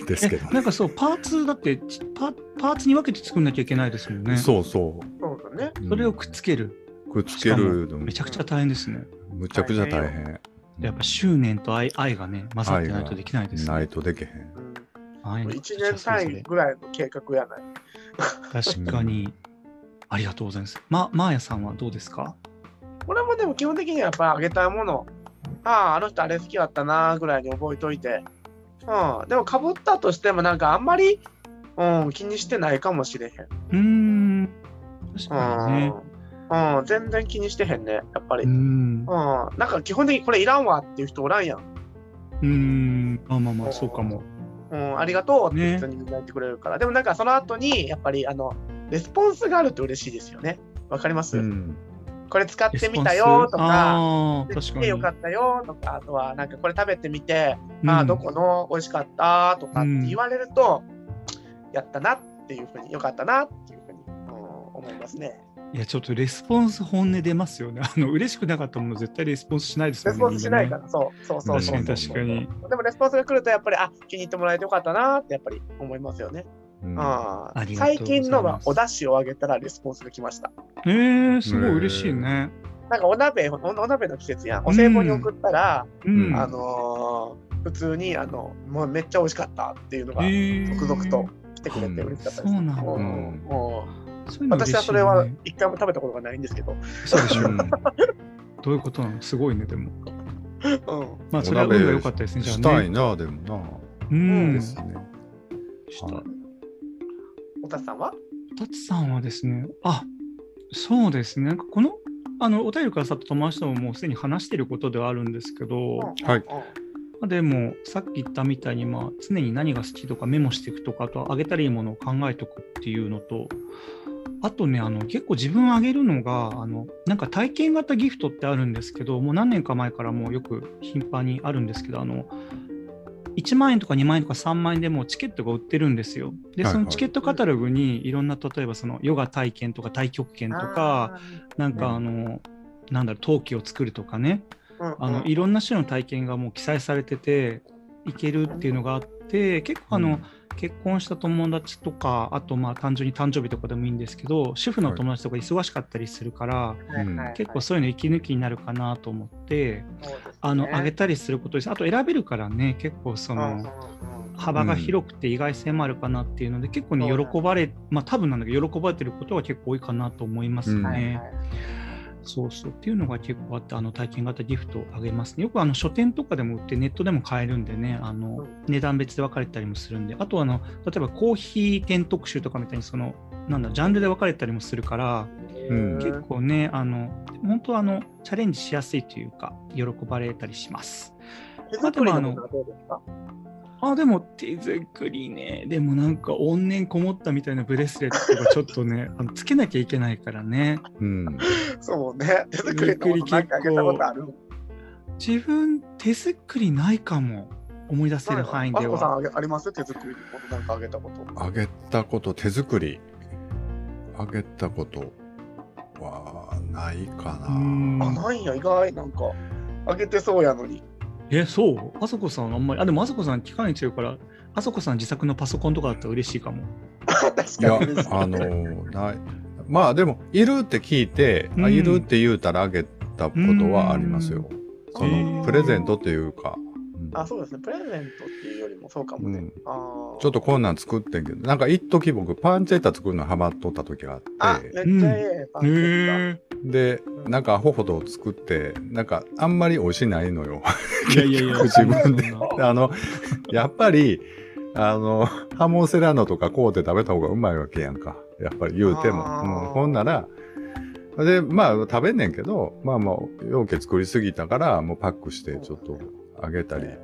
C: ですけど
B: なんかそう、パーツだってちパ、パーツに分けて作んなきゃいけないですもんね。
C: そうそ
A: そうだね。
C: う。
B: それをくっつける。
C: くっつけるの
B: めちゃくちゃ大変ですね。
C: むちゃくちゃ大変。
B: やっぱ執念と愛愛がね、混ざってないとできないですね。
C: ないとできへん。
B: ああいうの
A: 1年単位ぐらいの計画やない。
B: 確かに。ありがとうございます。ま、マーヤさんはどうですか
A: これもでも基本的にはやっぱあげたいもの、ああ、あの人あれ好きだったなぐらいに覚えといて、うん、でもかぶったとしてもなんかあんまり、うん、気にしてないかもしれへん。
B: うーん。確かにね。
A: うん、うん、全然気にしてへんね、やっぱり。
B: うー
A: うん、
B: ん。う
A: なんか基本的にこれいらんわっていう人おらんやん。
B: ーん。まあまあまあ、そうかも。
A: うん、ありがとうって普通に迎えてくれるから。でもなんかその後に、やっぱりあの、レスポンスがあると嬉しいですよね。わかります、
C: うん。
A: これ使ってみた
B: レスポ
A: よ
B: ンス
A: とか。
B: ああ、
A: で
B: 確
A: 来て
B: かに。
A: よかったよとかあとはなんかこれ食べてみて、あ
B: う
A: あ
B: ん
A: どこの美味しかったとかって言われると、やったなっていうふうによかったなっていうふうに、うん、思いますね。
B: いや、ちょっとレスポンス本音出ますよね。あの、嬉しくなかっ たもの絶対レスポンスしないです
A: レ
B: よ
A: ス
B: ね。
A: ポンスしないか
B: 人
A: ら、そうそうそう
B: 間ね。
A: そう
B: 確かに確かに。
A: でもレスポンスが来るとやっぱりあ気に入ってもらえてよかったなってやっぱり思いますよね。
C: うん
A: あ
B: あ
A: あ
B: りがとう
A: 最
B: ございます
A: 近のはお出汁をあげたらレスポンスが来ました。
B: えー、すごい嬉しいね。
A: なんかお鍋おお鍋の季節やんお歳暮に送ったら、
B: うん。
C: ん
A: あのー普通にあのもうめっちゃ美味しかったっていうのが
B: えー
A: 続々と来てくれて嬉しかったです。
B: そうなんだ
A: も
C: うん
A: も
B: そういううの嬉し
A: 私
B: いね
A: はそれは一回も食べたことがないんですけど、
B: そうでし
C: う
B: ょ
C: ん。
B: どういうことなのすごいね、でも。
A: うん、
B: まあ、それは
C: お鍋
B: 運が良かったですね、じゃあ
C: し
B: ね。
C: たいな、でも
B: う
C: な。
B: ん。
C: で
B: し
C: すね。
B: たい。
A: おたつさんは
B: たつさんはですね、あそうですね、なんかこの、あの、お便りくださった友達とももうすでに話していることではあるんですけど、ま
C: はい
B: あでも、さっき言ったみたいに、まあ、常に何が好きとかメモしていくとか、あとはあげたらいいものを考えておくっていうのと、あとね、あの結構自分あげるのがあの、なんか体験型ギフトってあるんですけど、もう何年か前からもうよく頻繁にあるんですけど、あの1万円とか2万円とか3万円でもうチケットが売ってるんですよ。で、
C: はい
B: そ
C: はい
B: のチケットカタログにいろんな、例えばそのヨガ体験とか太極拳とか、、なんかあの、なんだろう、陶器を作るとかね、
A: あーうん
B: あの
A: うん
B: いろんな種の体験がもう記載されてていけるっていうのがあって結構あの、
C: うん
B: 結婚した友達とかあとまあ単純に誕生日とかでもいいんですけど主婦の友達とか忙しかったりするから、
A: はいはいはい
B: 結構そういうの息抜きになるかなと思って
A: そうですね
B: あの、あげたりすることですあと選べるからね結構その。
A: うんうんうん
B: 幅が広くて意外性もあるかなっていうので、結構ね
A: そうだ
B: 喜ばれまあ多分なんだけど喜ばれてることは結構多いかなと思いますね。
C: うん
A: はいはい
B: そうそうっていうのが結構あってあの体験型ギフトをあげますねよくあの書店とかでも売ってネットでも買えるんでねあ
A: う
B: の
A: ん
B: 値段別で分かれたりもするんであとはあの例えばコーヒー店特集とかみたいにそのなんだジャンルで分かれたりもするから
C: うん
B: 結構ねあの本当はあのチャレンジしやすいというか喜ばれたりします
A: 手作りのものはどうですか
B: あでも手作りねでもなんか怨念こもったみたいなブレスレットがちょっと ねあのつけなきゃいけないからね
C: うん。
A: そうね、手作りのものなんかあげたことある
B: 自分手作りないかも思い出せる範囲で
A: あこ
B: は
A: さんあげあります手作りのものなんかあげたこと。
C: あげたこと、手作り。あげたことはないか
B: う
C: な。
A: あ、
B: ん
A: ないんや、意外、なんか、あげてそうやのに。
B: え、そうあそこさんあんまり、あ、でもあそこさん機械に強いから、あそこさん自作のパソコンとかだったら嬉しいかも。
A: 確か
C: いや
A: に嬉し、い。
C: あのーない。まあでも、いるって聞いて、あ
B: うん
C: いるって言うたらあげたことはありますよ。そ
B: へー
C: の、プレゼントっていうか。うん
A: あ、そうですね、プレゼントっていうよりもそうかもね。
C: うん
A: あー
C: ちょっとこんなん作ってんけど、なんか一時僕パンチェッタ作るのハマっとった時があ
A: あ
C: っ、て、
A: めっちゃええパンケー
B: え
C: で、なんかアホほど作って、なんかあんまり美味しないのよ。
B: いやいやいや、
C: 結局自分で
B: そんな
C: あの、やっぱり、あの、ハモンセラーノとかこうて食べた方がうまいわけやんか。やっぱり言うても。
A: あー
C: うん、ほんなら、で、まあ食べんねんけど、まあまあ、容器作りすぎたから、もうパックしてちょっとあげた
A: キ
C: り
A: だ。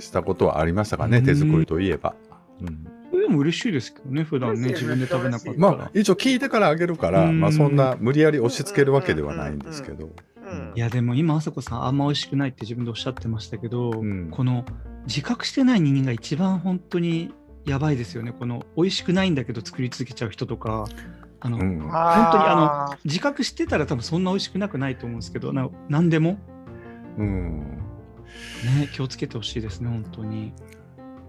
C: したことはありましたかね、
B: うん
C: 手作りといえば。うん
B: それでも嬉しいですけどね、普段ね、
A: 嬉し
B: 自
A: い
B: 分で食べなかったら。
C: まあ、一応聞いてからあげるから、
B: うん
C: まあそんな無理やり押し付けるわけではないんですけど。
A: うん
B: いや、でも今、あそこさんあんま美味しくないって自分でおっしゃってましたけど、
C: ん
B: この自覚してない人間が一番本当にやばいですよね。この美味しくないんだけど作り続けちゃう人とか、あの、
C: うん。う
A: あ
B: 本当
C: ん
B: にあの
A: の、
B: 自覚してたら多分そんな美味しくなくないと思うんですけどな何でもね、気をつけてほしいですね、本当に。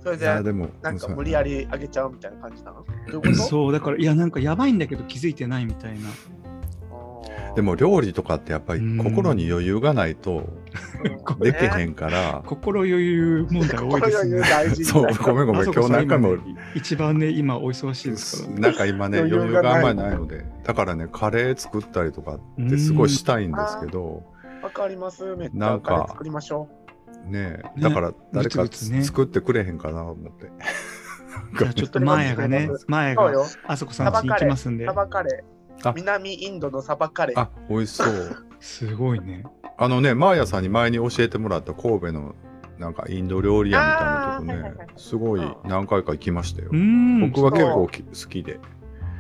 A: それ
C: いや
A: で、
C: でも
A: なんか
C: そうや
A: 無理やりあげちゃうみたいな感じなのどういうこ
B: そう、だから、いや、なんかやばいんだけど気づいてないみたいな。
A: とあー
C: でも料理とかってやっぱり
B: うん
C: 心に余裕がないと
A: うん
C: できへ
A: ね
C: んから、
B: 心余裕問題多いです
A: 心余裕
B: ね。
A: 大事みた
C: そ
A: いうな
C: ごめんごめん
B: あそ
C: 今
B: うか
C: 日なんかも
B: そう今ね一番ね、今お忙しいですから。
C: なんか今ね
A: 余
C: 余
A: 裕
C: 裕
A: が
C: があん
A: な
C: ま
A: い
C: りないのでだからねカレー作ったりとかってすごいしたいんですけど
A: わかります。めっち
C: な
A: ゃお
C: んか
A: 金作りましょ
C: ね
B: ね
C: えだから誰か
B: ぐつぐつね
C: 作ってくれへんかなと思って
B: じゃあちょっとマーヤ がね、マ
A: う。
B: ーヤ
A: そう
B: が
A: よ。
B: あそこさん家に行きますんで
A: サ。バカレー
C: あ。
A: 南インドのサバカレー。
C: あ美味しそう
B: すごいね。
C: あのねマーヤさんに前に教えてもらった神戸のなんかインド料理屋みたいなと
A: あーは
C: こ
A: いはいはい
C: ねすごい何回か行きましたよ
B: うーん。
C: 僕は結構き好きで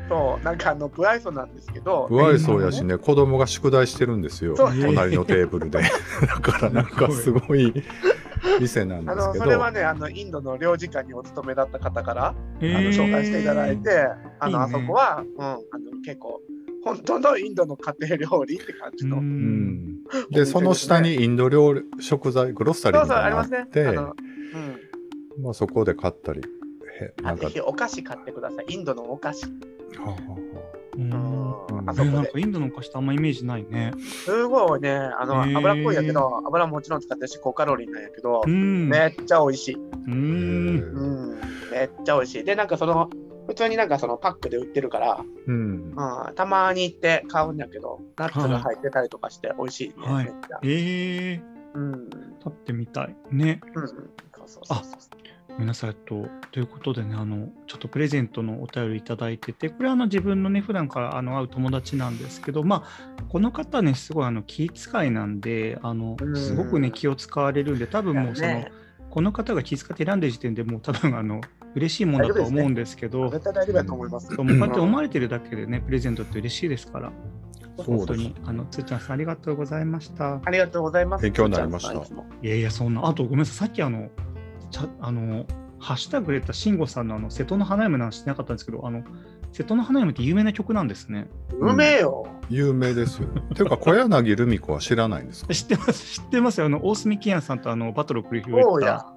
A: そう、なんかあの、ブアイソなんですけど、
C: 不愛想やしね子供が宿題してるんですよ
A: そう
C: 隣のテーブ ルでだからなんかすごい店なんで
A: あ
C: す
A: の、
C: け
A: それ
C: ど
A: はね、あの、インドの領事館にお勤めだった方から、
B: へ
A: あ
B: ー
A: の、紹介していただいて、あの、
B: いいね
A: あそこは、うん、あの、結構、本当のインドの家庭料理って感じ
B: う。
A: の。
C: うんん
A: お店で
C: です
A: ね
C: その下にインド料理食材グロッサリー
A: そう
C: み
A: そう、
C: た
A: あ
C: い
A: り
C: な
A: ます
C: のがあ
A: ね
C: っ。
A: あ
C: て
A: の、うん。
C: まあ、そこで買ったりへな
A: あ
C: んか
A: ぜひお菓子買ってください。インドのお菓子。
C: はあはあはあ
B: うん
A: うん、あ
B: え
A: そ
B: な
A: こ
B: ん
A: で
B: か。インドのお菓子ってあんまイメージないね。
A: すごいね、あの、
B: へー
A: 油っこいやけど、油ももちろん使ってるし、高カロリーなんやけど
B: う、ん。
A: めっちゃ美味しい。
B: う
C: へ
A: う
B: ん。
C: ー
A: ん、めっちゃ美味しい。で、なんかその、普通になんかそのパックで売ってるから、
C: うん
A: うん、たまに行って買うんだけど、ナッツが入ってたりとかして美味しいね、
B: はい
A: めっちゃ。
B: ええ。
A: うん、うん、
B: 食ってみたい。ね。
A: そうそうそうそう。
B: ごめんなさいと。ということでね、あの、ちょっとプレゼントのお便りいただいてて、これはあの自分のね、普段からあの会う友達なんですけど、まあ、この方ね、すごいあの気遣いなんで、あの
A: う、ん
B: すごくね、気を使われるんで、多分もうその、この方が気遣って選んでる時点でもう多分あの、嬉しいもんだとは思うんですけど、
A: 絶対大丈夫だと思います。
B: そうもうこうやって思われてるだけでね、プレゼントって嬉しいですから、
C: そう
B: 本当
C: です
B: に、あの、つーちゃんさんありがとうございました。
A: ありがとうございます。
C: 勉強になりました
A: いつも
B: いやいや、そんな、あとごめんなさい、さっきあの、ちゃあの、ハッシュタグでた慎吾さんのあの瀬戸の花嫁の話してなかったんですけど、あの瀬戸の花嫁って有名な曲なんですね。
A: うめえよ。
C: 有名ですよ。 ていうか小柳ルミ子は知らないんですか
B: 知ってます、知ってますよ。あの大隅健也さんとあのバトルを繰り
A: お
B: 広
A: う
B: げ
A: や
B: た。。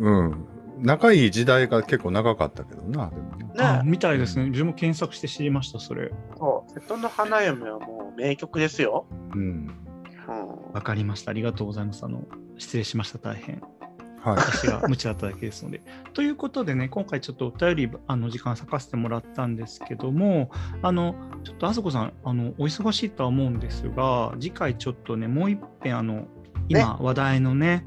C: うん。仲いい時代が結構長かったけどな、でもな
B: あ
A: ね
B: みたいですね。自分も検索して知りました、それ。
A: そう、瀬戸の花嫁はもう名曲ですよ。
C: うん。
A: うん
B: わかりました。ありがとうございます。あの失礼しました、大変。
C: は
B: 私が無知だっただけですので。ということでね、今回ちょっとお便りあの時間割かせてもらったんですけども、あのちょっとあさこさんあの、お忙しいとは思うんですが、次回ちょっとね、もう一遍あの今話題のね、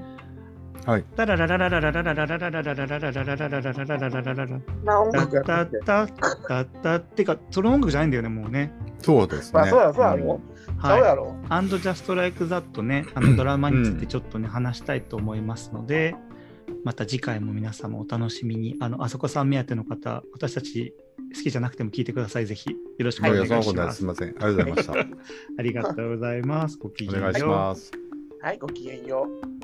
C: はい。
B: タララララララララララララララララララララララララララララ
A: な音
B: タ
A: 楽や
B: ッタ
A: ってて
B: ッ。タッタッタッてか、その音楽じゃないんだよね、もうね。
C: い。そうです
A: まあ
C: ね。
A: そうだそうだろそ
B: は
A: う
B: い。
A: やろ。
B: アンドジャストライクザットね、あのドラマについて
C: うん
B: ちょっとね、話したいと思いますので、また次回も皆様お楽しみに。あの、あそこさん目当ての方、私たち好きじゃなくても聞いてください。ぜひよろしくお
C: うん。
B: 願
C: い
B: い
C: や、そんなこ
B: し
C: とな
B: ま
C: い
B: す。
C: すみません。ありがとうございました。
B: ありがとうございます。ごきげん
C: お
B: よう。
C: 願いします。
A: はい、ごきげんよう。